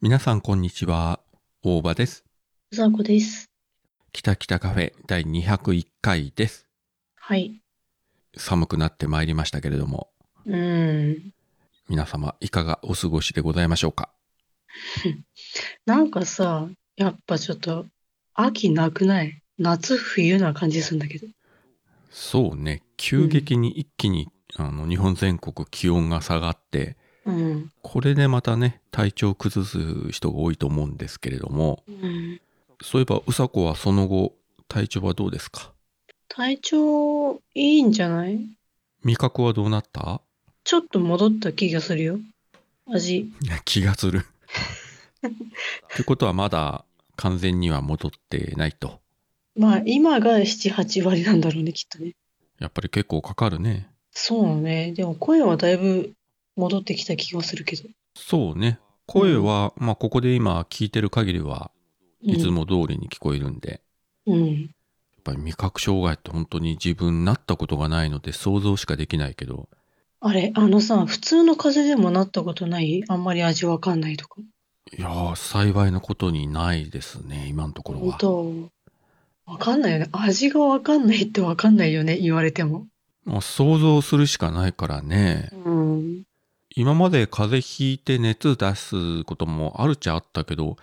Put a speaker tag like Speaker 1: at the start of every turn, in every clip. Speaker 1: 皆さんこんにちは。大場です。
Speaker 2: ザコです。
Speaker 1: 北北カフェ第201回です。
Speaker 2: はい。
Speaker 1: 寒くなってまいりましたけれども、
Speaker 2: うーん。
Speaker 1: 皆様いかがお過ごしでございましょうか
Speaker 2: なんかさ、やっぱちょっと、秋なくない夏冬な感じするんだけど。
Speaker 1: そうね、急激に一気に、あの日本全国気温が下がって、
Speaker 2: うん。
Speaker 1: これでまたね、体調崩す人が多いと思うんですけれども、
Speaker 2: うん、
Speaker 1: そういえばうさこはその後、体調はどうですか
Speaker 2: 体調いいんじゃない
Speaker 1: 味覚はどうなった
Speaker 2: ちょっと戻った気がするよ。味。
Speaker 1: 気がする。ってことはまだ完全には戻ってないと。
Speaker 2: まあ、今が7、8割なんだろうね、きっとね。
Speaker 1: やっぱり結構かかるね。
Speaker 2: そうだね。でも声はだいぶ戻ってきた気がするけど。
Speaker 1: そうね。声は、まあ、ここで今聞いてる限りは、
Speaker 2: うん
Speaker 1: いつも通りに聞こえるんで、や
Speaker 2: うん。
Speaker 1: っぱり味覚障害って本当に自分なったことがないので想像しかできないけど、
Speaker 2: あれ、あのさ、普通の風邪でもなったことないあんまり味わかんないとか。
Speaker 1: いやー、幸いなことにないですね、今のところ
Speaker 2: 本
Speaker 1: は。
Speaker 2: 当。わかんないよね。味がわかんないってわかんないよね、言われても。
Speaker 1: まあ想像するしかないからね。
Speaker 2: うん。
Speaker 1: 今まで風邪ひいて熱出すこともあるっちゃあったけど、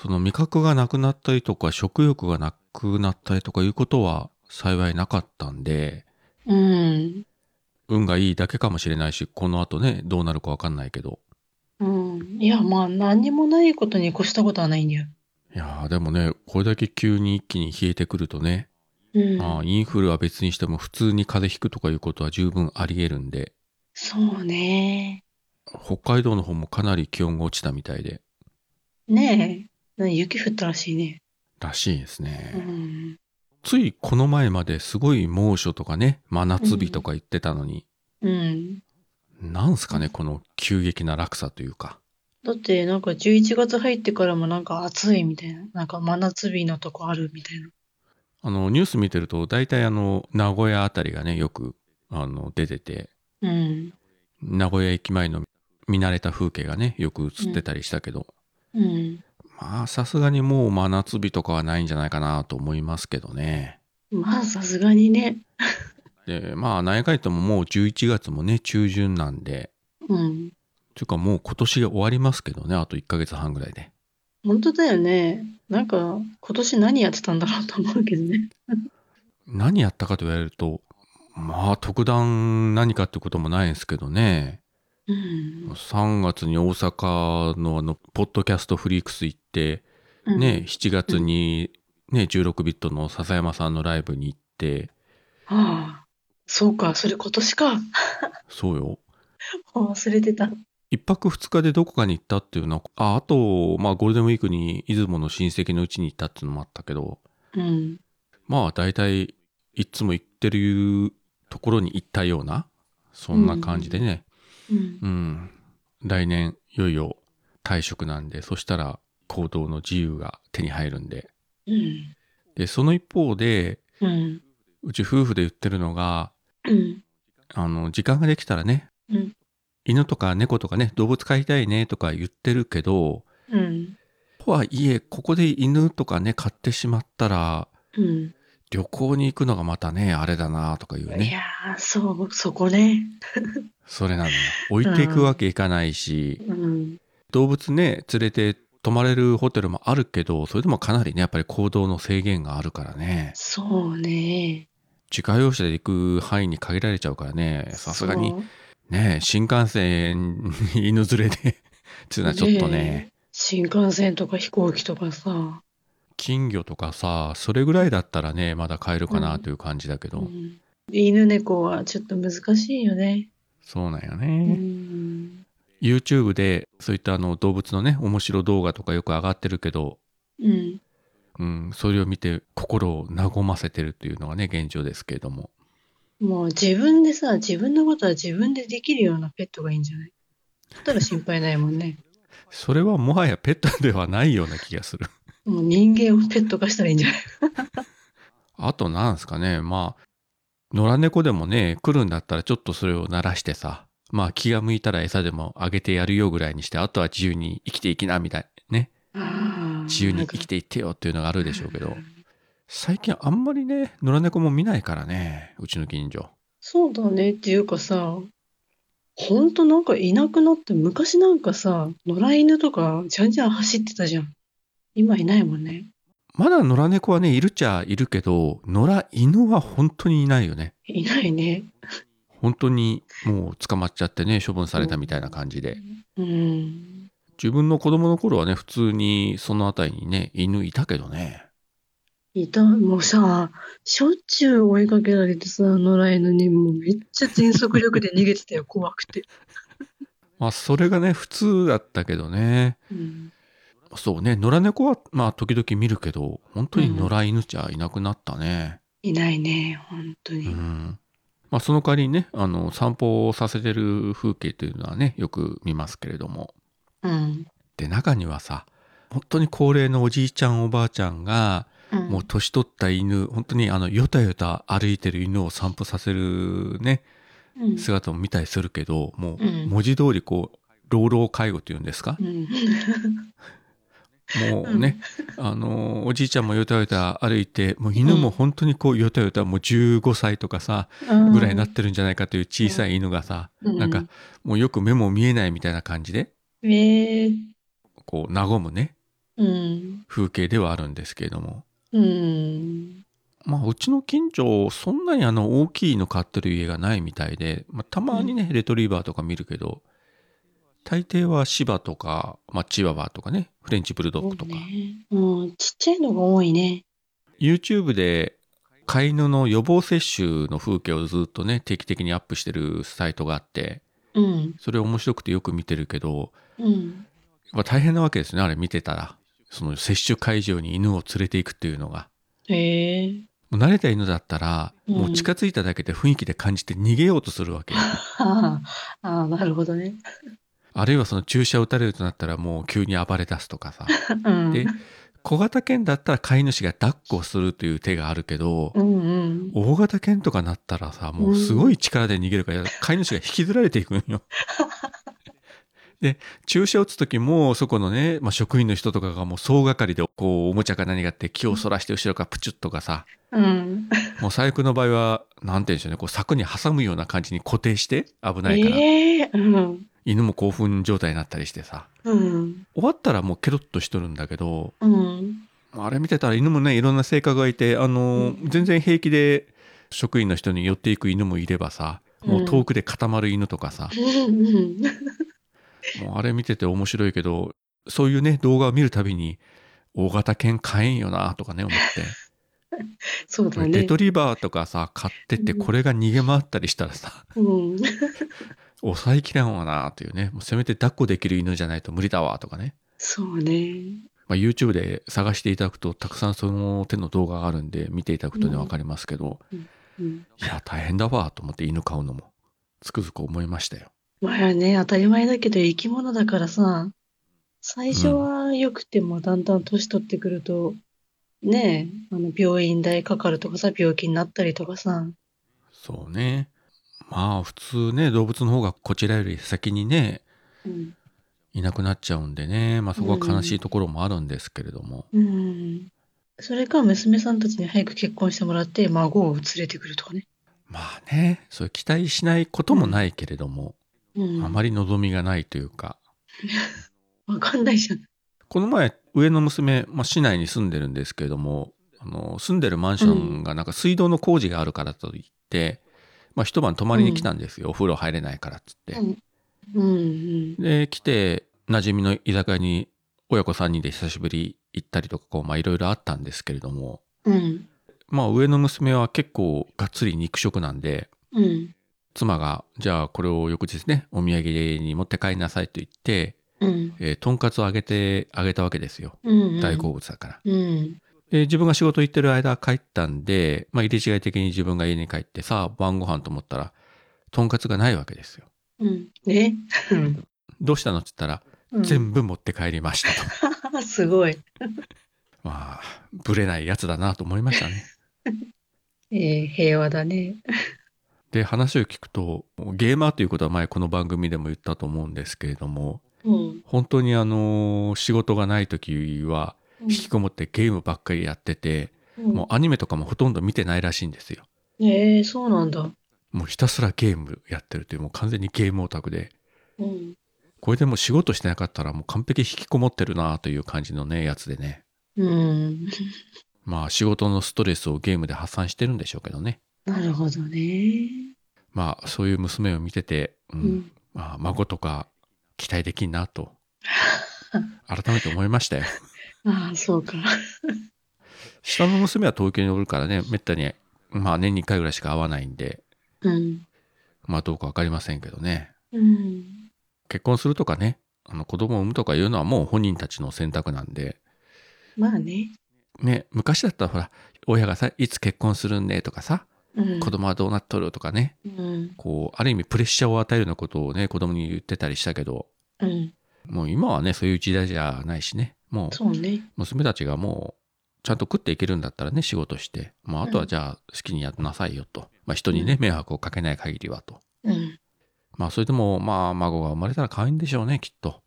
Speaker 1: その味覚がなくなったりとか食欲がなくなったりとかいうことは幸いなかったんで、
Speaker 2: うん。
Speaker 1: 運がいいだけかもしれないし、この後ね、どうなるかわかんないけど。
Speaker 2: うん。いや、まあ、何にもないことに越したことはないんだよ。
Speaker 1: いやー、でもね、これだけ急に一気に冷えてくるとね、
Speaker 2: うん。
Speaker 1: まあ、インフルは別にしても普通に風邪ひくとかいうことは十分あり得るんで、
Speaker 2: そうね。
Speaker 1: 北海道の方もかなり気温が落ちたみたいで、
Speaker 2: ねえ。何雪降ったらしいね。
Speaker 1: らしいです
Speaker 2: う
Speaker 1: ね。
Speaker 2: ん。
Speaker 1: ついこの前まですごい猛暑とかね、真夏日とか言ってたのに、
Speaker 2: うん。
Speaker 1: なんすかね、この急激な落差というか。
Speaker 2: だって、なんか11月入ってからもなんか暑いみたいな。なんか真夏日のとこあるみたいな。
Speaker 1: あの、ニュース見てると、大体あの、名古屋あたりがね、よく、あの、出てて、
Speaker 2: うん。
Speaker 1: 名古屋駅前の見慣れた風景がねよく映ってたりしたけど、
Speaker 2: うん。
Speaker 1: まあさすがにもう真夏日とかはないんじゃないかなと思いますけどね
Speaker 2: まあ、さすがにね。
Speaker 1: でまあ何やかんやとももう11月もね中旬なんで
Speaker 2: うん。
Speaker 1: というかもう今年が終わりますけどねあと1ヶ月半ぐらいで
Speaker 2: 本当だよね。なんか、今年何やってたんだろうと思うけどね。
Speaker 1: 何やったかと言われるとまあ特段何かってこともないんですけどね
Speaker 2: うん。
Speaker 1: 3月に大阪のあのポッドキャストフリークス行って
Speaker 2: うん
Speaker 1: ね、7月に、ね、16ビットの笹山さんのライブに行って、
Speaker 2: ああ、そうか、それ今年か。
Speaker 1: そうよ。
Speaker 2: 忘れてた。
Speaker 1: 一泊二日でどこかに行ったっていうのは、あ、あと、まあゴールデンウィークに出雲の親戚のうちに行ったっていうのもあったけど、
Speaker 2: うん。
Speaker 1: まあ大体、いつも行ってるところに行ったような、そんな感じでね。
Speaker 2: うん。
Speaker 1: うん。来年、いよいよ退職なんで、そしたら行動の自由が手に入るんで。
Speaker 2: うん。
Speaker 1: で、その一方で、
Speaker 2: うん。
Speaker 1: うち夫婦で言ってるのが、
Speaker 2: うん。
Speaker 1: あの、時間ができたらね、
Speaker 2: うん
Speaker 1: 犬とか猫とかね、動物飼いたいねとか言ってるけど、
Speaker 2: うん。
Speaker 1: とはいえ、ここで犬とかね、飼ってしまったら、
Speaker 2: うん。
Speaker 1: 旅行に行くのがまたね、あれだなとかいう
Speaker 2: い
Speaker 1: ね。
Speaker 2: やー、そう、そこね。
Speaker 1: それなのよ。置いていくわけいかないし、
Speaker 2: うん。
Speaker 1: 動物ね、連れて泊まれるホテルもあるけど、それでもかなりね、やっぱり行動の制限があるからね。
Speaker 2: そうね。
Speaker 1: 自家用車で行く範囲に限られちゃうからね、さすがに
Speaker 2: そう。
Speaker 1: ね、新幹線に犬連れで っていうのはちょっとね
Speaker 2: ね新幹線とか飛行機とかさ。
Speaker 1: 金魚とかさそれぐらいだったらねまだ買えるかなという感じだけど、
Speaker 2: うん犬猫はちょっと難しいよね。
Speaker 1: そうなんよ
Speaker 2: う
Speaker 1: ね、
Speaker 2: ん。
Speaker 1: YouTube でそういったあの動物のね面白動画とかよく上がってるけど、
Speaker 2: うん。
Speaker 1: うん、それを見て心を和ませてるというのがね現状ですけれども
Speaker 2: もう自分でさ、自分のことは自分でできるようなペットがいいんじゃないだったら心配ないもんね。
Speaker 1: それはもはやペットではないような気がする
Speaker 2: もう人間をペット化したらいいんじゃない
Speaker 1: あとなんですかねまあ野良猫でもね来るんだったらちょっとそれを鳴らしてさまあ気が向いたら餌でもあげてやるよぐらいにして、あとは自由に生きていきなみたいなね。
Speaker 2: ああ。
Speaker 1: 自由に生き
Speaker 2: て
Speaker 1: ていってよっていうのがあるでしょうけど
Speaker 2: ん、
Speaker 1: 最近あんまりね、野良猫も見ないからね、うちの近所。
Speaker 2: そうだねっていうかさ、ほんとなんかいなくなって、昔なんかさ、野良犬とかじゃんじゃん走ってたじゃん。今いないもんね。
Speaker 1: まだ野良猫はね、いるっちゃいるけど、野良犬は本当にいないよね。
Speaker 2: いないね。
Speaker 1: 本当にもう捕まっちゃってね、処分されたみたいな感じで。
Speaker 2: うん。
Speaker 1: 自分の子供の頃はね、普通にその辺りにね、犬いたけどね。
Speaker 2: いた、もうさ、しょっちゅう追いかけられてさ、野良犬にもうめっちゃ全速力で逃げてたよ、怖くて。
Speaker 1: まあ、それがね、普通だったけどね。
Speaker 2: うん。
Speaker 1: そうね、野良猫はまあ、時々見るけど、本当に野良犬じゃいなくなったね。
Speaker 2: いないね、ほんと
Speaker 1: う
Speaker 2: に。
Speaker 1: ん。まあ、その代わりにね、あの、散歩をさせてる風景というのはね、よく見ますけれども。
Speaker 2: うん。
Speaker 1: で、中にはさ、本当に高齢のおじいちゃんおばあちゃんが、
Speaker 2: うん
Speaker 1: もう年取った犬、本当にあの、よたよた歩いてる犬を散歩させるね、
Speaker 2: うん
Speaker 1: 姿を見たりするけど、もう
Speaker 2: うん
Speaker 1: 文字通りこう、老老介護っていうんですか
Speaker 2: う、ん。
Speaker 1: もうね、あの、おじいちゃんもよたよた歩いて、もう犬も本当にこう、よたよたもう15歳とかさ、ぐらいになってるんじゃないかという小さい犬がさ、
Speaker 2: うん
Speaker 1: なんか、もうよく目も見えないみたいな感じで、
Speaker 2: うん。えー
Speaker 1: こう、和むね、
Speaker 2: うん。
Speaker 1: 風景ではあるんですけれども。
Speaker 2: うん。
Speaker 1: まあ、うちの近所、そんなにあの、大きいの飼ってる家がないみたいで、まあ、たまにね、レトリーバーとか見るけど、大抵は芝とか、まあ、チワワとかね、フレンチブルドッグとか。
Speaker 2: ね。うん、ちっちゃいのが多いね。
Speaker 1: YouTube で飼い犬の予防接種の風景をずっとね定期的にアップしてるサイトがあって
Speaker 2: うん。
Speaker 1: それ面白くてよく見てるけど、
Speaker 2: うん。
Speaker 1: まあ、大変なわけですねあれ見てたらその接種会場に犬を連れていくっていうのが
Speaker 2: へえ。
Speaker 1: もう慣れた犬だったら
Speaker 2: うん
Speaker 1: もう近づいただけで雰囲気で感じて逃げようとするわけ、
Speaker 2: ああ、ああなるほどね。
Speaker 1: あるいはその注射打たれるとなったらもう急に暴れ出すと かさ
Speaker 2: うん。
Speaker 1: で小型犬だったら飼い主が抱っこするという手があるけど、
Speaker 2: うんうん。
Speaker 1: 大型犬とかなったらさもうすごい力で逃げるから、飼い主が引きずられていくん よ。で注射打つ時もそこのね、まあ、職員の人とかがもう総がかりでこうおもちゃか何かって気をそらして後ろからプチュッとかさ
Speaker 2: うん。
Speaker 1: もう最悪の場合は何て言うんでしょうねこう柵に挟むような感じに固定して危ないから、
Speaker 2: ええうん。
Speaker 1: 犬も興奮状態になったりしてさ
Speaker 2: うん。
Speaker 1: 終わったらもうケロッとしとるんだけど
Speaker 2: うん。
Speaker 1: あれ見てたら犬もねいろんな性格がいてあの、
Speaker 2: うん
Speaker 1: 全然平気で職員の人に寄っていく犬もいればさもう遠くで固まる犬とかさ、
Speaker 2: うん。
Speaker 1: もうあれ見てて面白いけどそういうね動画を見るたびに大型犬飼えんよなとかね思 っ
Speaker 2: そうだ
Speaker 1: て、レ
Speaker 2: ね
Speaker 1: ト。リバーとかさ飼ってってこれが逃げ回ったりしたらさ
Speaker 2: うん。
Speaker 1: 抑えきらんわなというねもうせめて抱っこできる犬じゃないと無理だわとかね、
Speaker 2: そうね。
Speaker 1: まあ、YouTube で探していただくとたくさんその手の動画があるんで見ていただくとね
Speaker 2: うん
Speaker 1: 分かりますけど、
Speaker 2: うん。
Speaker 1: いや、大変だわ、と思って犬飼うのも、つくづく思いましたよ。
Speaker 2: まあね、当たり前だけど生き物だからさ、最初は良くてもだんだん年取ってくると、ねえ、あの病院代かかるとかさ、病気になったりとかさ、
Speaker 1: そうね。まあ、普通ね、動物の方がこちらより先にね、
Speaker 2: うん。
Speaker 1: いなくなっちゃうんでね、まあそこは悲しいところもあるんですけれども。
Speaker 2: うん。それか娘さんたちに早く結婚してもらって孫を連れてくるとかね。
Speaker 1: まあね、そういう期待しないこともないけれども、
Speaker 2: うん。
Speaker 1: あまり望みがないというか。
Speaker 2: わかんないじゃん。
Speaker 1: この前、上の娘、まあ市内に住んでるんですけれども、あの住んでるマンションがなんか水道の工事があるからといって、まあ一晩泊まりに来たんですよ。お風呂入れないからっつって。
Speaker 2: うん
Speaker 1: で、来て、馴染みの居酒屋に親子3人で久しぶり行ったりとか、こう、まあいろいろあったんですけれども、
Speaker 2: うん。うん。
Speaker 1: まあ上の娘は結構がっつり肉食なんで、
Speaker 2: うん。
Speaker 1: 妻が、じゃあこれを翌日ね、お土産に持って帰りなさいと言って、
Speaker 2: うん。
Speaker 1: えーとんかつをあげて、あげたわけですよ。
Speaker 2: うん。
Speaker 1: 大好物だから。
Speaker 2: うん。
Speaker 1: で自分が仕事行ってる間帰ったんで、まあ入れ違い的に自分が家に帰って、さあ晩ご飯と思ったら、とんかつがないわけですよ。
Speaker 2: うん。ね。
Speaker 1: どうしたのって言ったら、全部持って帰りましたと。
Speaker 2: 部。すごい。
Speaker 1: まあ、ぶれないやつだなと思いましたね。
Speaker 2: えー、平和だね。
Speaker 1: で、話を聞くと、ゲーマーということは前この番組でも言ったと思うんですけれども、
Speaker 2: うん。
Speaker 1: 本当にあの、仕事がない時は、
Speaker 2: うん
Speaker 1: 引きこもってゲームばっかりやってて、もうアニメとかもほとんど見てないらしいんですよ。
Speaker 2: うん。ええそうなんだ。
Speaker 1: もうひたすらゲームやってるという、もう完全にゲームオタクで、
Speaker 2: うん。
Speaker 1: これでもう仕事してなかったらもう完璧引きこもってるなという感じのね、やつでね。
Speaker 2: うん。
Speaker 1: まあ仕事のストレスをゲームで発散してるんでしょうけどね。
Speaker 2: なるほどね。
Speaker 1: まあそういう娘を見てて、う
Speaker 2: うんん。
Speaker 1: まあ孫とか期待できんなと、改めて思いましたよ。
Speaker 2: ああ、そうか。
Speaker 1: 下の娘は東京におるからね、めったに、まあ年に1回ぐらいしか会わないんで、
Speaker 2: うん。
Speaker 1: まあどうかわかりませんけどね。
Speaker 2: うん。
Speaker 1: 結婚するとかね、あの子供を産むとかいうのはもう本人たちの選択なんで、
Speaker 2: まあね。
Speaker 1: ね、昔だったらほら、親がさ、いつ結婚するんでとかさ、
Speaker 2: うん。
Speaker 1: 子供はどうなっとるとかね、
Speaker 2: うん。
Speaker 1: こう、ある意味プレッシャーを与えるようなことをね、子供に言ってたりしたけど、
Speaker 2: うん。
Speaker 1: もう今はね、そういう時代じゃないしね、もう
Speaker 2: そうね。
Speaker 1: 娘たちがもう、ちゃんと食っていけるんだったらね、仕事して、まあ、あとはじゃあ好きにやってなさいよと。まあ、人にね、迷惑をかけない限りはと。
Speaker 2: うん。
Speaker 1: まあ、それでも、まあ、孫が生まれたら可愛いんでしょうね、きっと。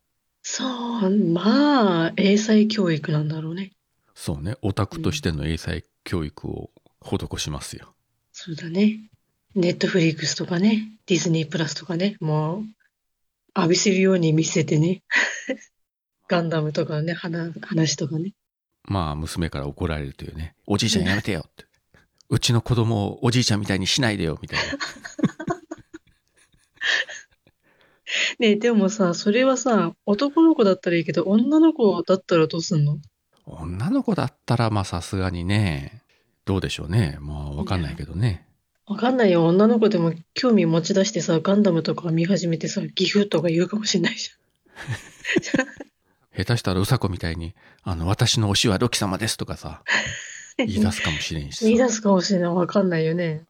Speaker 2: そう、まあ、英才教育なんだろうね。
Speaker 1: そうね、オタクとしての英才教育を施しますよ。
Speaker 2: そうだね。ネットフリックスとかね、ディズニープラスとかね、もう、浴びせるように見せてね。 ガンダムとかね、話話とかね。
Speaker 1: まあ、娘から怒られるというね、おじいちゃんやめてよって。うちの子供をおじいちゃんみたいにしないでよ、みたいな。
Speaker 2: ねえでもさ、それはさ、男の子だったらいいけど、女の子だったらどうすんの
Speaker 1: 女の子だったら、まあ、さすがにね、どうでしょうね。まあ、わかんないけどね。
Speaker 2: わかんないよ。女の子でも興味持ち出してさ、ガンダムとか見始めてさ、ギフとか言うかもしれないじ
Speaker 1: 下手したらうさこみたいに、あの、私の推しはロキ様ですとかさ、
Speaker 2: ゃん。
Speaker 1: 言い出すかもしれんしさ。
Speaker 2: 言い
Speaker 1: い
Speaker 2: 出すかもしれない。わかんないよね。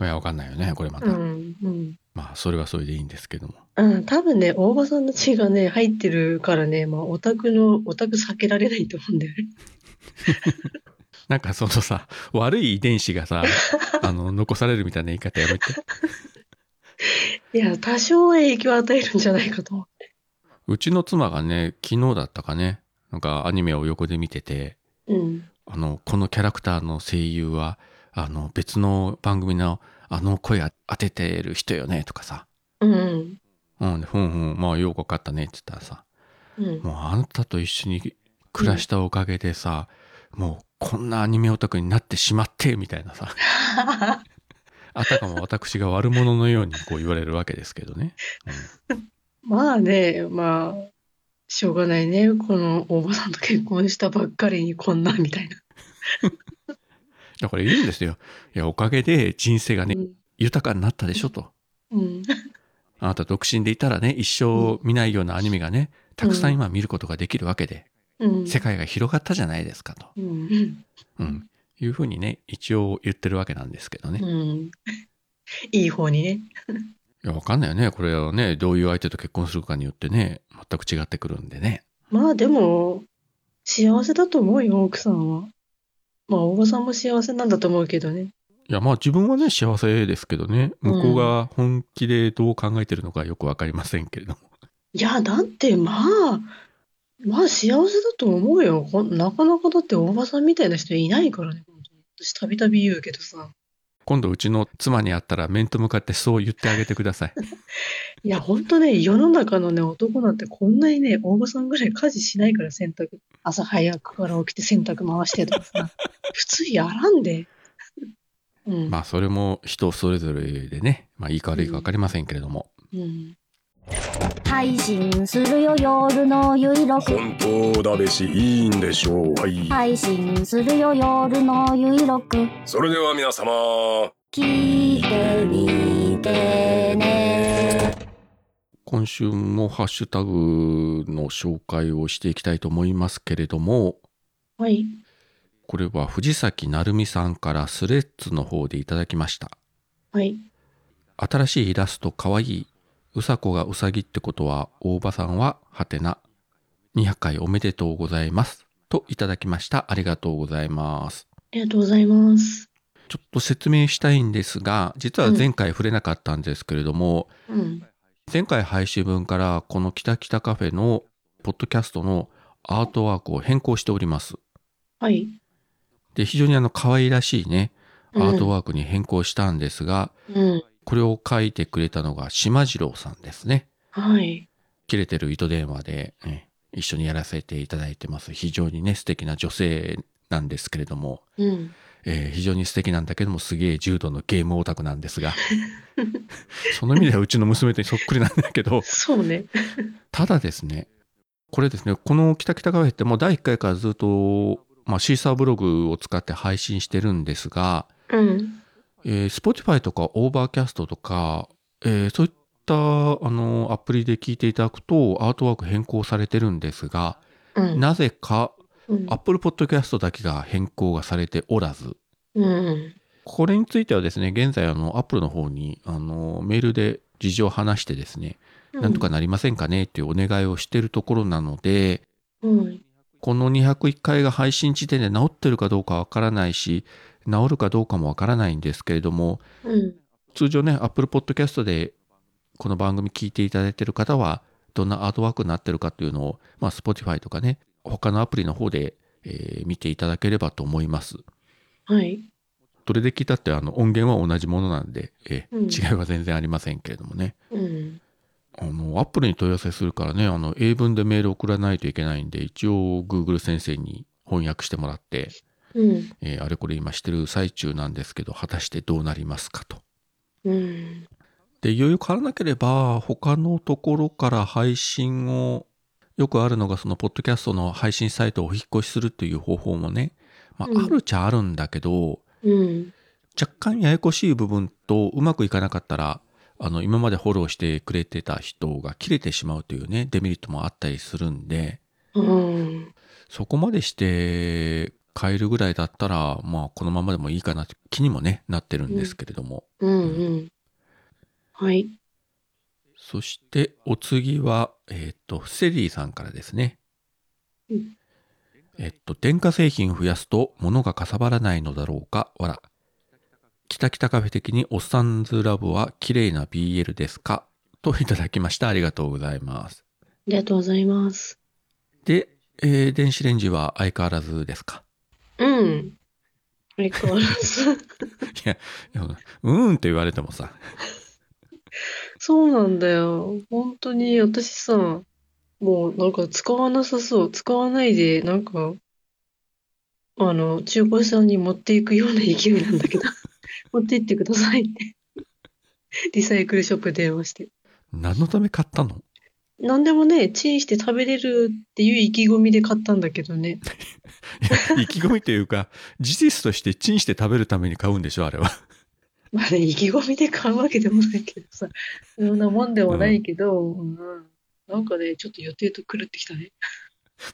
Speaker 1: や、わかんないよね、これまた。
Speaker 2: うん、うん。
Speaker 1: まあ、それはそれでいいんですけども。
Speaker 2: うん、多分ね、大場さんの血がね、入ってるからね、まあ、オタクの、オタク避けられないと思うんだよね。
Speaker 1: なんかそのさ、悪い遺伝子が さ、あの、残されるみたいな言い方やめて。
Speaker 2: いや、多少は影響を与えるんじゃないかと思
Speaker 1: うちの妻がね、昨日だったかね、なんかアニメを横で見てて、
Speaker 2: う。うん。
Speaker 1: あの、このキャラクターの声優は、あの、別の番組の、あの声当ててる人よね、とかさ。
Speaker 2: うん。
Speaker 1: うん、でふんふん、まあ、よくわかったね、って言ったらさ、
Speaker 2: うん。
Speaker 1: もうあなたと一緒に暮らしたおかげでさ、もうこんなアニメオタクになってしまって、みたいなさ、あたかも私が悪者のようにこう言われるわけですけどね。うん
Speaker 2: まあね、まあ、しょうがないね。この大場さんと結婚したばっかりにこんな、みたいな。
Speaker 1: だから言うんですよ。いや、おかげで人生がね、豊かになったでしょと。
Speaker 2: うん。うん。
Speaker 1: あなた独身でいたらね、一生見ないようなアニメがね、たくさん今見ることができるわけで、
Speaker 2: うん。
Speaker 1: 世界が広がったじゃないですかと。
Speaker 2: うん。
Speaker 1: うん。いうふうにね、一応言ってるわけなんですけどね。い
Speaker 2: うん。いい方にね。
Speaker 1: や、わかんないよね。これはね、どういう相手と結婚するかによってね、全く違ってくるんでね。
Speaker 2: まあでも、幸せだと思うよ、奥さんは。まあ、大場さんも幸せなんだと思うけどね。
Speaker 1: いや、まあ自分はね、幸せですけどね、向こうが本気でどう考えてるのかよくわかりませんけれども。
Speaker 2: いや、だって、まあ、まあ幸せだと思うよ。こなかなかだって大場さんみたいな人いないからね、本当に。私たびたび言うけどさ。
Speaker 1: 今度うちの妻に会ったら面と向かってそう言ってあげてくだ さい。
Speaker 2: いや、本当ね、世の中のね、男なんてこんなにね、大場さんぐらい家事しないから洗濯。朝早くから起きて洗濯回してとかさ。 普通やらんで。うん。
Speaker 1: まあそれも人それぞれでね、まあいいか悪いか分かりませんけれども、
Speaker 2: うん。
Speaker 3: 配信するよ夜のゆいろく
Speaker 4: 本当だべしいいんでしょうはい、
Speaker 3: 配信するよ夜のゆいろく
Speaker 4: それでは皆様
Speaker 3: 聞いてみてね
Speaker 1: 今週もハッシュタグの紹介をしていきたいと思いますけれども、
Speaker 2: はい。
Speaker 1: これは藤崎成美さんからスレッズの方でいただきました。
Speaker 2: はい。
Speaker 1: 新しいイラストかわいい。うさこがうさぎってことは、大場さんははてな。200回おめでとうございます。といただきました。ありがとうございます。
Speaker 2: ありがとうございます。
Speaker 1: ちょっと説明したいんですが、実は前回触れなかったんですけれども、
Speaker 2: うん。
Speaker 1: 前回配信分からこの「キタキタカフェ」のポッドキャストのアートワークを変更しております。
Speaker 2: はい。
Speaker 1: で、非常にあの可愛らしいね、ア
Speaker 2: うん
Speaker 1: ートワークに変更したんですが、
Speaker 2: うん。
Speaker 1: これを書いてくれたのが島次郎さんですね。
Speaker 2: はい。
Speaker 1: 切れてる糸電話で、ね一緒にやらせていただいてます。非常にね、素敵な女性なんですけれども、
Speaker 2: うん。
Speaker 1: えー非常に素敵なんだけども、すげえ重度のゲームオタクなんですが、その意味ではうちの娘とそっくりなんだけど、
Speaker 2: そうね。
Speaker 1: ただですね、これですね、この「キタキタカフェ」ってもう第1回からずっと、まあ、シーサーブログを使って配信してるんですが、
Speaker 2: うん。
Speaker 1: えー、Spotify とか Overcast とか、えーそういったあのアプリで聞いていただくとアートワーク変更されてるんですが、
Speaker 2: うん。
Speaker 1: なぜか
Speaker 2: うん。
Speaker 1: Apple Podcast だけが変更がされておらず、
Speaker 2: うん。
Speaker 1: これについてはですね、現在あの Apple の方にあのメールで事情を話してですね、なんとかなりませんかねっていうお願いをしてるところなので、
Speaker 2: うん。
Speaker 1: この201回が配信時点で治ってるかどうかわからないし、治るかどうかもわからないんですけれども、
Speaker 2: うん。
Speaker 1: 通常ね、Apple Podcast でこの番組聞いていただいている方は、どんなアートワークになってるかっていうのを、まあ、Spotify とかね、他のアプリの方で、えー見ていただければと思います。
Speaker 2: はい。
Speaker 1: どれで聞いたってあの音源は同じものなんで、えー
Speaker 2: うん
Speaker 1: 違いは全然ありませんけれどもね。
Speaker 2: うん。
Speaker 1: あの、Apple に問い合わせするからね、あの、英文でメール送らないといけないんで、一応 Google 先生に翻訳してもらって、
Speaker 2: うん。
Speaker 1: えーあれこれ今してる最中なんですけど、果たしてどうなりますかと。
Speaker 2: うん。
Speaker 1: で、いよいよ変わらなければ、他のところから配信を、よくあるのが、その、ポッドキャストの配信サイトをお引っ越しするという方法もね、まあ、
Speaker 2: うん
Speaker 1: あるっちゃあるんだけど、
Speaker 2: うん。
Speaker 1: 若干ややこしい部分とうまくいかなかったら、あの、今までフォローしてくれてた人が切れてしまうというね、デメリットもあったりするんで、
Speaker 2: うん。
Speaker 1: そこまでして変えるぐらいだったら、まあ、このままでもいいかなって気にもね、なってるんですけれども。
Speaker 2: うん。うん。はい。
Speaker 1: そしてお次は、えっ、と、セリーさんからですね。
Speaker 2: うん
Speaker 1: えっと、電化製品増やすと物がかさばらないのだろうか、わら。キタキタカフェ的におっさんずラブは綺麗な BL ですかといただきました。ありがとうございます。
Speaker 2: ありがとうございます。
Speaker 1: で、えー電子レンジは相変わらずですか
Speaker 2: うん。相変わらず。
Speaker 1: いや、うんうんと言われてもさ、
Speaker 2: そうなんだよ。本当に私さ、もうなんか使わなさそう。使わないで、なんか、あの、中古屋さんに持っていくような勢いなんだ けど、持って行ってくださいって。リサイクルショップ電話して。
Speaker 1: 何のため買ったの
Speaker 2: なんでもね、チンして食べれるっていう意気込みで買ったんだけどね。
Speaker 1: いや意気込みというか、事実としてチンして食べるために買うんでしょ、あれは。
Speaker 2: まあね、意気込みで買うわけでもないけどさ、そんなもんでもないけど、うんなんかね、ちょっと予定と狂ってきたね。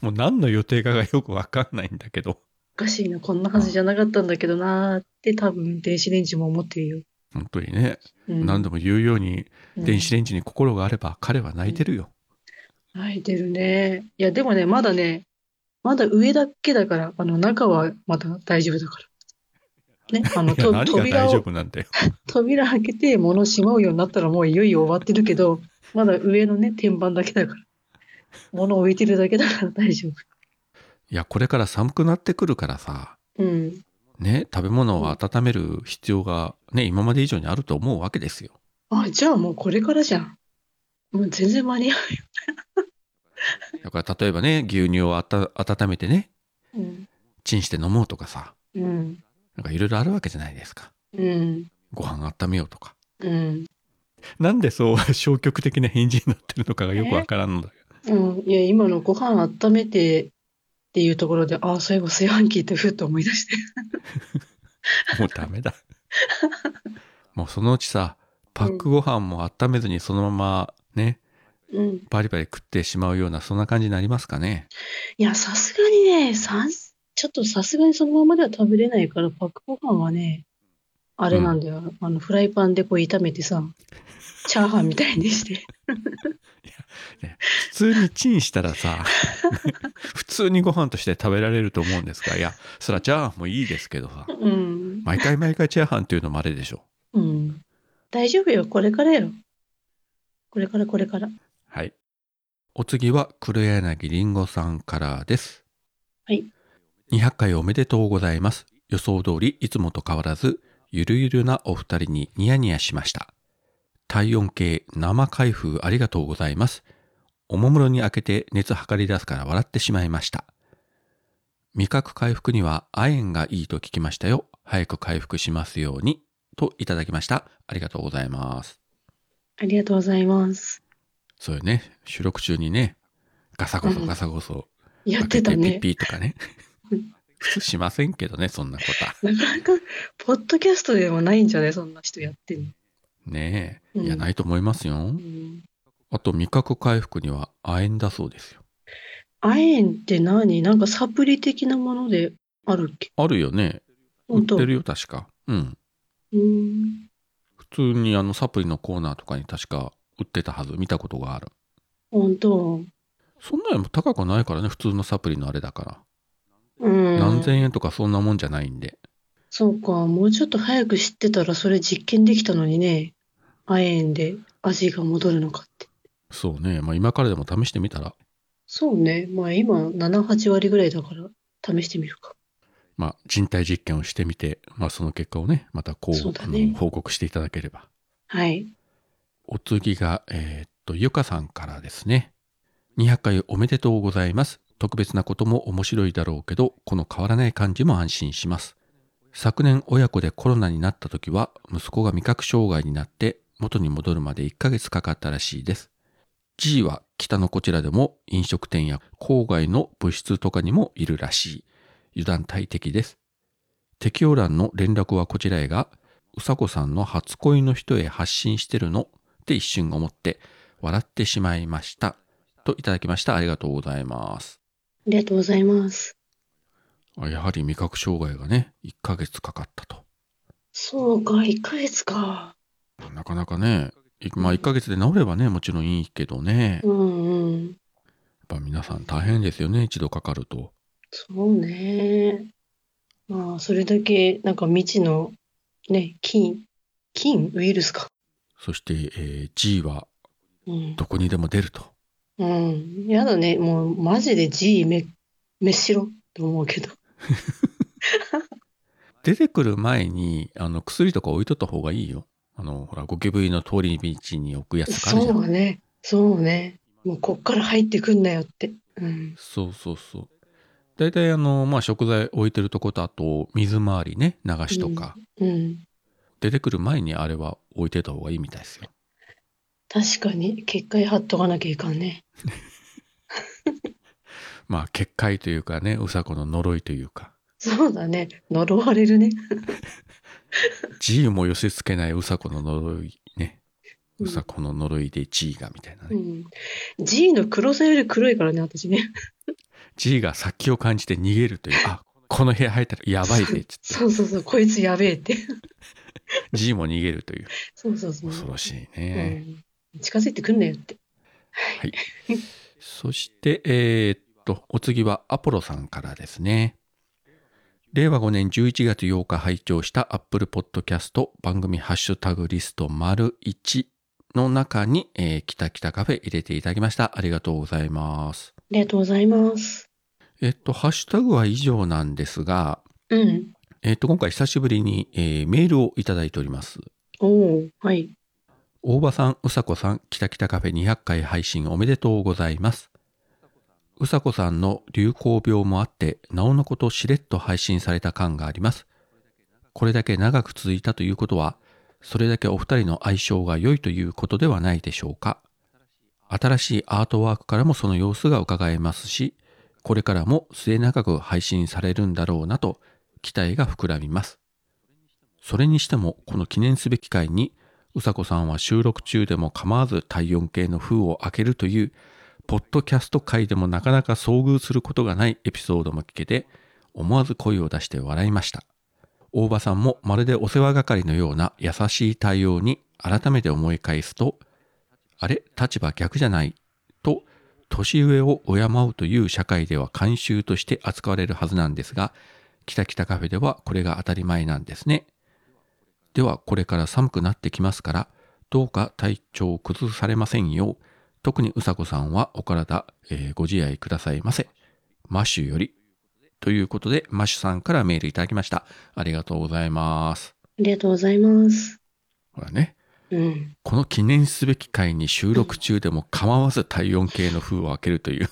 Speaker 1: もう何の予定かがよくわかんないんだけど。
Speaker 2: おかしいな、こんなはずじゃなかったんだけどなーって多分電子レンジも思ってるよ。
Speaker 1: 本当にね、
Speaker 2: うん、
Speaker 1: 何度も言うように、
Speaker 2: うん
Speaker 1: 電子レンジに心があれば彼は泣いてるよ。
Speaker 2: 泣いてるね。いや、でもね、まだね、まだ上だけだから、あの、中はまだ大丈夫だから。ね、あの、
Speaker 1: いや、何
Speaker 2: と
Speaker 1: が大
Speaker 2: 扉
Speaker 1: 丈
Speaker 2: を、
Speaker 1: 夫なんだよ。
Speaker 2: 扉開けて物しまうようになったらもういよいよ終わってるけど、まだ上のね、天板だけだから。物置いてるだけだから大丈夫。
Speaker 1: いや、これから寒くなってくるからさ、
Speaker 2: うん。
Speaker 1: ね、食べ物を温める必要がね、今まで以上にあると思うわけですよ。
Speaker 2: あ、じゃあもうこれからじゃん。もう全然間に合
Speaker 1: だから例えばね、牛乳をあた温めてね、
Speaker 2: う。うん。
Speaker 1: チンして飲もうとかさ、
Speaker 2: うん。
Speaker 1: なんかいろいろあるわけじゃないですか。
Speaker 2: うん。
Speaker 1: ご飯温めようとか。
Speaker 2: うん。
Speaker 1: なんでそう消極的な返事になってるのかがよくわからんのだよ。
Speaker 2: うん、いや、今のご飯温めてっていうところで、ああ、そういえば炊飯器ってふっと思い出して。
Speaker 1: もうダメだ。もうそのうちさ、パックご飯も温めずにそのままね、
Speaker 2: うん。
Speaker 1: バリバリ食ってしまうようなそんな感じになりますかね
Speaker 2: いや、さすがにね、さん、ちょっとさすがにそのままでは食べれないから、パックご飯はね、あれなんだよ。あの、フライパンでこう炒めてさ、チャーハンみたいにして。
Speaker 1: 普通にチンしたらさ 普通にご飯として食べられると思うんですがいやそらチャーハンもいいですけどさ
Speaker 2: うん。うん。
Speaker 1: 毎回毎回チャーハンっていうのもあれでしょ。
Speaker 2: うん。大丈夫よ。これからよ。これからこれから。
Speaker 1: はい。お次は黒柳りんごさんからです。
Speaker 2: はい。
Speaker 1: 200回おめでとうございます。予想通りいつもと変わらず、ゆるゆるなお二人にニヤニヤしました。体温計生開封ありがとうございます。おもむろに開けて熱測り出すから笑ってしまいました。味覚回復には亜鉛がいいと聞きましたよ。早く回復しますように。といただきました。ありがとうございます。
Speaker 2: ありがとうございます。
Speaker 1: そうよね。収録中にね、ガサゴソ
Speaker 2: うん
Speaker 1: ガサゴソ、
Speaker 2: やっ
Speaker 1: 開
Speaker 2: て
Speaker 1: け
Speaker 2: た
Speaker 1: てピ
Speaker 2: ね
Speaker 1: ッ。ピーとかね
Speaker 2: うん。
Speaker 1: 普通しませんけどね、そんなことは。
Speaker 2: なかなか、ポッドキャストでもないんじゃないそんな人やってんの。
Speaker 1: ね
Speaker 2: う
Speaker 1: え。
Speaker 2: ん
Speaker 1: いや、ないと思いますよ
Speaker 2: う。ん。
Speaker 1: あと、味覚回復には亜鉛だそうですよ。
Speaker 2: 亜鉛って何なんかサプリ的なものであるっけ
Speaker 1: あるよね。売
Speaker 2: 本
Speaker 1: っ
Speaker 2: 当
Speaker 1: てるよ、確か。うん。
Speaker 2: うん。
Speaker 1: 普通にあの、サプリのコーナーとかに確か売ってたはず、見たことがある。
Speaker 2: 本当
Speaker 1: そんなに高くないからね、普通のサプリのあれだから。
Speaker 2: うん。
Speaker 1: 何千円とかそんなもんじゃないんで。
Speaker 2: そうか。もうちょっと早く知ってたらそれ実験できたのにね。亜鉛で味が戻るのかって。
Speaker 1: そうね。まあ、今からでも試してみたら
Speaker 2: そうね。まあ今、7、8割ぐらいだから、試してみるか。
Speaker 1: まあ、人体実験をしてみて、まあ、その結果をね、またこう
Speaker 2: そうだね
Speaker 1: あの報告していただければ。
Speaker 2: はい。
Speaker 1: お次が、えーっと、ゆかさんからですね。200回おめでとうございます。特別なことも面白いだろうけど、この変わらない感じも安心します。昨年親子でコロナになった時は、息子が味覚障害になって、元に戻るまで1ヶ月かかったらしいです。G は北のこちらでも飲食店や郊外の物質とかにもいるらしい。油断大敵です。適用欄の連絡はこちらへが、うさこさんの初恋の人へ発信してるのって一瞬思って笑ってしまいました。といただきました。ありがとうございます。
Speaker 2: ありがとうございます。
Speaker 1: あやはり味覚障害がね、1ヶ月かかったと。
Speaker 2: そうか、1ヶ月か。
Speaker 1: なかなかね、いまあ1ヶ月で治ればね、もちろんいいけどね、
Speaker 2: う
Speaker 1: やっ
Speaker 2: んうん。
Speaker 1: ぱ皆さん大変ですよね、一度かかると。
Speaker 2: そうね。まあ、それだけ、なんか未知の、ね、菌、菌ウイルスか。
Speaker 1: そして、えー G は
Speaker 2: うん。
Speaker 1: どこにでも出ると。
Speaker 2: うん。やだね。もう、マジで G め、めっしろと思うけど。
Speaker 1: 出てくる前に、あの、薬とか置いとった方がいいよ。あの、ほら、ゴキブリの通り道に置くやつがあるじゃん。
Speaker 2: そうね。そうね。もう、こっから入ってくんなよって。うん。
Speaker 1: そうそうそう。大体あの、まあ、食材置いてるとこと、あと、水回りね、流しとか、
Speaker 2: うん。
Speaker 1: 出てくる前にあれは置いてた方がいいみたいですよ。
Speaker 2: 確かに、結界貼っとかなきゃいかんね。
Speaker 1: まあ、結界というかね、うさこの呪いというか、
Speaker 2: そうだね。呪われるね。
Speaker 1: G も寄せ付けないうさこの呪いね。
Speaker 2: うん
Speaker 1: うさこの呪いで G がみたいな
Speaker 2: う
Speaker 1: ね。
Speaker 2: ん。G の黒さより黒いからね、私ね。
Speaker 1: G が殺気を感じて逃げるという、あ、この部屋入ったらやばいぜ、つって。
Speaker 2: そうそうそう、こいつやべえって。
Speaker 1: G も逃げるという。
Speaker 2: そうそうそう。
Speaker 1: 恐ろしいね。
Speaker 2: うん、近づいてくんなよって。
Speaker 1: そして、えーっと、お次はアポロさんからですね。令和5年11月8日拝聴した Apple Podcast 番組ハッシュタグリスト丸1の中に、えー、キタキタカフェ入れていただきました。ありがとうございます。
Speaker 2: ありがとうございます。
Speaker 1: えっと、ハッシュタグは以上なんですが、
Speaker 2: うん。
Speaker 1: えっと、今回久しぶりに、えーメールをいただいております。
Speaker 2: おお、はい。
Speaker 1: 大場さん、うさこさん、きたきたカフェ200回配信おめでとうございます。うさこさんの流行病もあって、なおのことしれっと配信された感があります。これだけ長く続いたということは、それだけお二人の相性が良いということではないでしょうか。新しいアートワークからもその様子が伺えますし、これからも末永く配信されるんだろうなと期待が膨らみます。それにしても、この記念すべき回に、うさこさんは収録中でも構わず体温計の封を開けるという、ポッドキャスト界でもなかなか遭遇することがないエピソードも聞けて、思わず声を出して笑いました。大場さんもまるでお世話係のような優しい対応に改めて思い返すと、あれ立場逆じゃないと、年上を敬うという社会では慣習として扱われるはずなんですが、キタキタカフェではこれが当たり前なんですね。ではこれから寒くなってきますから、どうか体調を崩されませんよう、特にうさこさんはお体、えーご自愛くださいませ。マッシュより。ということで、マッシュさんからメールいただきました。ありがとうございます。
Speaker 2: ありがとうございます。
Speaker 1: ほらね、
Speaker 2: うん。
Speaker 1: この記念すべき回に収録中でも構わず体温計の封を開けるという。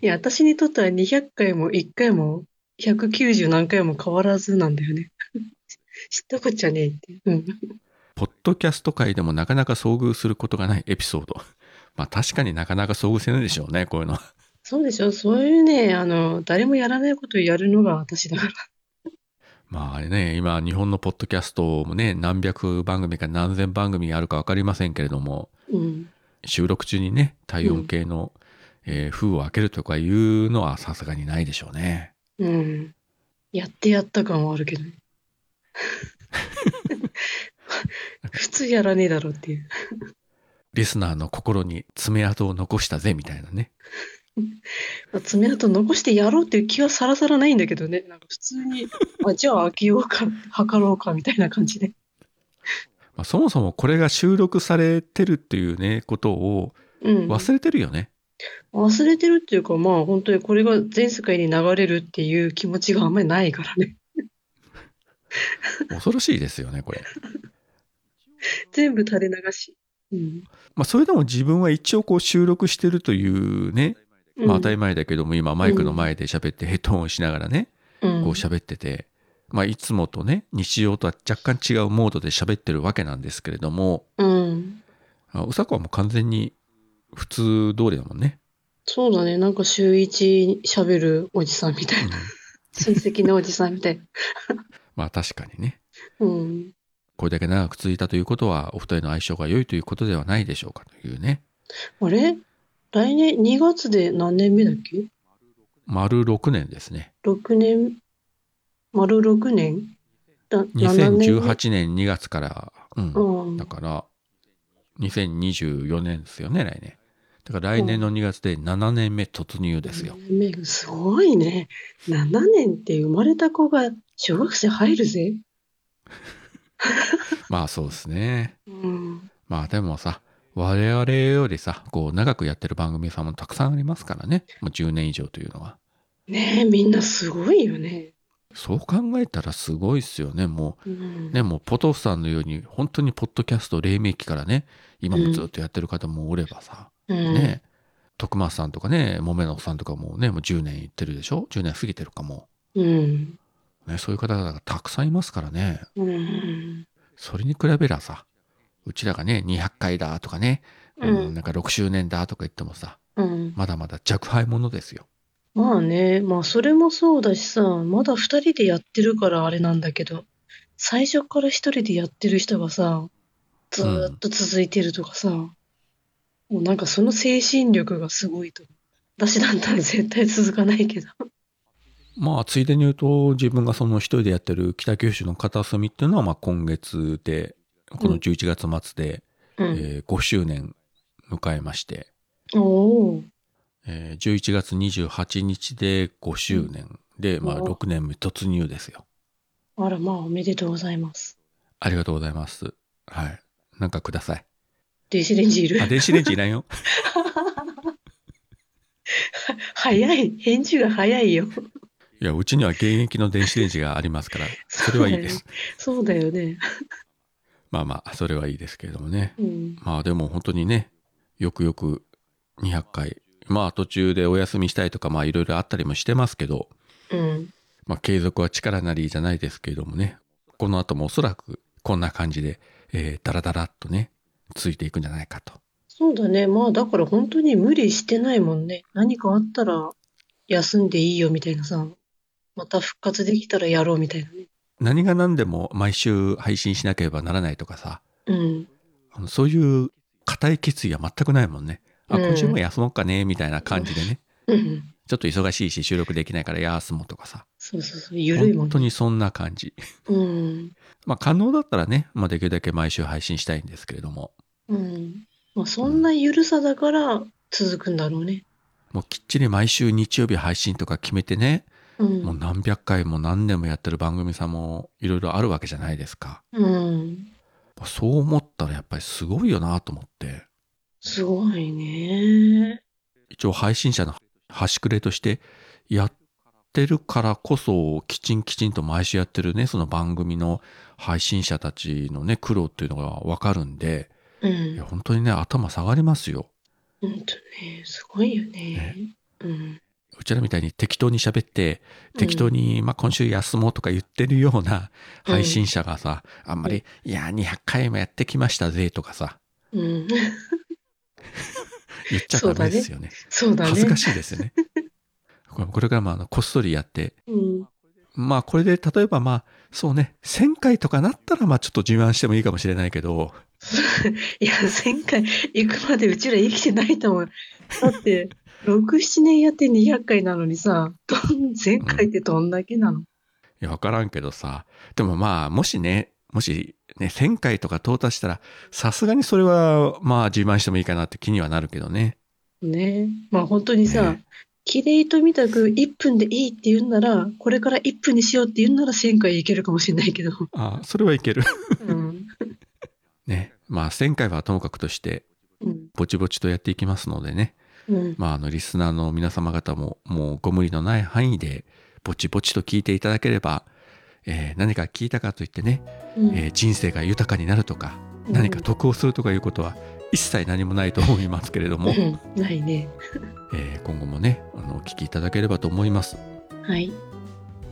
Speaker 2: いや、私にとっては200回も1回も190何回も変わらずなんだよね。 知ったこっちゃねえって。うん。
Speaker 1: ポッドキャスト界でもなかなか遭遇することがないエピソード。まあ確かになかなか遭遇せないでしょうね、こういうのは。
Speaker 2: そうでしょそういうね、あの、誰もやらないことをやるのが私だから。
Speaker 1: まああれね、今日本のポッドキャストもね、何百番組か何千番組あるかわかりませんけれども、
Speaker 2: うん。
Speaker 1: 収録中にね、体温計の、えー封を開けるとかいうのはさすがにないでしょうね。
Speaker 2: うん。やってやった感はあるけ どね。普通やらねえだろうっていう。
Speaker 1: リスナーの心に爪痕を残したぜ、みたいなね。
Speaker 2: まあ、爪痕残してやろうっていう気はさらさらないんだけどね。なんか普 通に、あ、じゃあ開けようか、測ろうかみたいな感じで。
Speaker 1: まあ、そもそもこれが収録されてるっていうね、ことを
Speaker 2: うん。
Speaker 1: 忘れてるよね。
Speaker 2: 忘れてるっていうか、まあ本当にこれが全世界に流れるっていう気持ちがあんまりないからね。
Speaker 1: 恐ろしいですよね、これ。
Speaker 2: 全部垂れ流し。うん。
Speaker 1: まあ、それでも自分は一応こう収録してるというね、まあ、当たり前だけども今マイクの前で喋ってヘッドホンしながらね、
Speaker 2: うん、
Speaker 1: こう喋ってて、まあ、いつもとね日常とは若干違うモードで喋ってるわけなんですけれども
Speaker 2: うん。
Speaker 1: あうさこはもう完全に普通通りだもんね。
Speaker 2: そうだね。なんか週一喋るおじさんみた
Speaker 1: う
Speaker 2: い
Speaker 1: ん
Speaker 2: な。親戚のおじさんみたいな。
Speaker 1: まあ確かにね
Speaker 2: うん。
Speaker 1: これだけ長く続いたということはお二人の相性が良いということではないでしょうかというね
Speaker 2: あれ来年2月で何年目だっけ
Speaker 1: 丸6年ですね
Speaker 2: ?6 年丸6年だ7年目
Speaker 1: 2018年2月から、うん、
Speaker 2: うん。
Speaker 1: だから、2024年ですよね、来年。だから来年の2月で7年目突入ですよ。
Speaker 2: 7年目すごいね。7年って生まれた子が小学生入るぜ。
Speaker 1: まあそうですね。
Speaker 2: うん。
Speaker 1: まあでもさ、我々よりさ、こう長くやってる番組さんもたくさんありますからね。もう10年以上というのは。
Speaker 2: ねえ、みんなすごいよね。
Speaker 1: そう考えたらすごいっすよね。も
Speaker 2: うん
Speaker 1: う、ね、もうポトフさんのように、本当にポッドキャスト黎明期からね、今もずっとやってる方もおればさ、
Speaker 2: うん、
Speaker 1: ね、徳松さんとかね、もめのさんとかもね、もう10年いってるでしょ ?10 年過ぎてるかも。
Speaker 2: うん。
Speaker 1: ね、そういう方々がたくさんいますからね。
Speaker 2: うん。
Speaker 1: それに比べりゃさ、うちらがね、200回だとかね、
Speaker 2: うん
Speaker 1: うんなんか6周年だとか言ってもさ、
Speaker 2: うん。
Speaker 1: まだまだ若輩者ですよ。
Speaker 2: まあね、まあそれもそうだしさ、まだ二人でやってるからあれなんだけど、最初から一人でやってる人がさ、ずーっと続いてるとかさ、もうなんかその精神力がすごいと。私だったら絶対続かないけど。
Speaker 1: まあ、ついでに言うと、自分がその一人でやってる北九州の片隅っていうのは、まあ今月で、この11月末で、
Speaker 2: うん。
Speaker 1: えー5周年迎えまして、
Speaker 2: おー
Speaker 1: えー11月28日で5周年で、まあ
Speaker 2: お
Speaker 1: 6年目突入ですよ。
Speaker 2: あらまあおめでとうございます。
Speaker 1: ありがとうございます。はい。なんかくださ い。
Speaker 2: 電子レンジいる
Speaker 1: あ、電子レンジいらんよ。
Speaker 2: 早い。返事が早いよ。
Speaker 1: いや、うちには現役の電子レンジがありますから、それはいいです。
Speaker 2: そうだよね。
Speaker 1: まあまあ、それはいいですけれどもね。
Speaker 2: うん。
Speaker 1: まあでも本当にね、よくよく200回、まあ途中でお休みしたいとか、まあいろいろあったりもしてますけど、
Speaker 2: うん。
Speaker 1: まあ継続は力なりじゃないですけれどもね、この後もおそらくこんな感じで、えー、だらだらっとね、ついていくんじゃないかと。
Speaker 2: そうだね。まあ、だから本当に無理してないもんね。何かあったら休んでいいよみたいなさ。また復活できたらやろうみたいなね。
Speaker 1: 何が何でも毎週配信しなければならないとかさ、
Speaker 2: うん。
Speaker 1: あのそういう固い決意は全くないもんね。あ、
Speaker 2: うん
Speaker 1: 今週も休もうかね、みたいな感じでね。
Speaker 2: うん。
Speaker 1: ちょっと忙しいし収録できないから休もうとかさ。
Speaker 2: そうそうそう。ゆるいもん
Speaker 1: 本当にそんな感じ。
Speaker 2: うん。
Speaker 1: まあ可能だったらね、まあできるだけ毎週配信したいんですけれども、
Speaker 2: うん。まあ、そんなゆるさだから続くんだろうね。
Speaker 1: もうきっちり毎週日曜日配信とか決めてね、
Speaker 2: うん。
Speaker 1: もう何百回も何年もやってる番組さんもいろいろあるわけじゃないですか。
Speaker 2: うん。
Speaker 1: そう思ったらやっぱりすごいよなと思って、
Speaker 2: すごいね。
Speaker 1: 一応配信者の端くれとしてやってるからこそ、きちんきちんと毎週やってるね、その番組の配信者たちのね、苦労っていうのがわかるんで、
Speaker 2: う
Speaker 1: い
Speaker 2: ん
Speaker 1: や。本当にね、頭下がりますよ。
Speaker 2: ほんとね、すごいよね。うん。
Speaker 1: うちらみたいに適当に喋って、適当に、まあ、今週休もうとか言ってるような
Speaker 2: うん
Speaker 1: 配信者がさ、あんまり、いや、200回もやってきましたぜ、とかさ、
Speaker 2: うん。
Speaker 1: 言っちゃダメですよね。
Speaker 2: そうだね。
Speaker 1: 恥ずか
Speaker 2: い。
Speaker 1: しいです よね。これこれからもあのこっそりやって、
Speaker 2: うん。
Speaker 1: まあこれで例えばまあそうね、1000回とかなったらまあちょっと自慢してもいいかもしれないけど、
Speaker 2: いや、前回行くまでうちら生きてないと思う。だって、6、7年やって200回なのにさ、どん前回ってどんだけなの、
Speaker 1: いや、わからんけどさ、でもまあもしね、もしね、1000回とか到達したら、さすがにそれはまあ自慢してもいいかなって気にはなるけどね。
Speaker 2: ねまあ本当にさ
Speaker 1: ね、
Speaker 2: きれいとみたく1分でいいって言うんなら、これから1分にしようって言うんなら1000回いけるかもしれないけど。
Speaker 1: ああ、それはい ける。
Speaker 2: うん。
Speaker 1: ね。まあ1000回はともかくとして、
Speaker 2: うん。
Speaker 1: ぼちぼちとやっていきますのでね。
Speaker 2: うん。
Speaker 1: まあ、あの、リスナーの皆様方も、もうご無理のない範囲で、ぼちぼちと聞いていただければ、えー何か聞いたかといってね、
Speaker 2: うん
Speaker 1: えー人生が豊かになるとか、何か得をするとかいうことは、一切何もないと思いますけれど
Speaker 2: う
Speaker 1: も、
Speaker 2: ん。ないね。
Speaker 1: えー今後もね、あのお聞きいただければと思います。
Speaker 2: はい。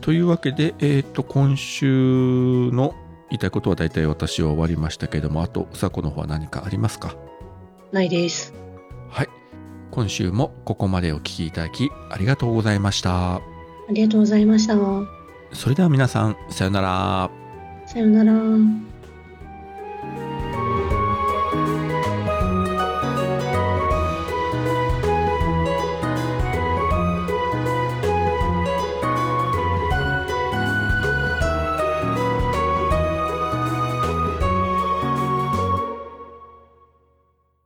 Speaker 1: というわけで、えっ、と、今週の言いたいことは大体私は終わりましたけれども、あと、うさこの方は何かありますか
Speaker 2: ないです。
Speaker 1: はい。今週もここまでお聞きいただき、ありがとうございました。
Speaker 2: ありがとうございました。
Speaker 1: それでは皆さん、さようなら。
Speaker 2: さようなら。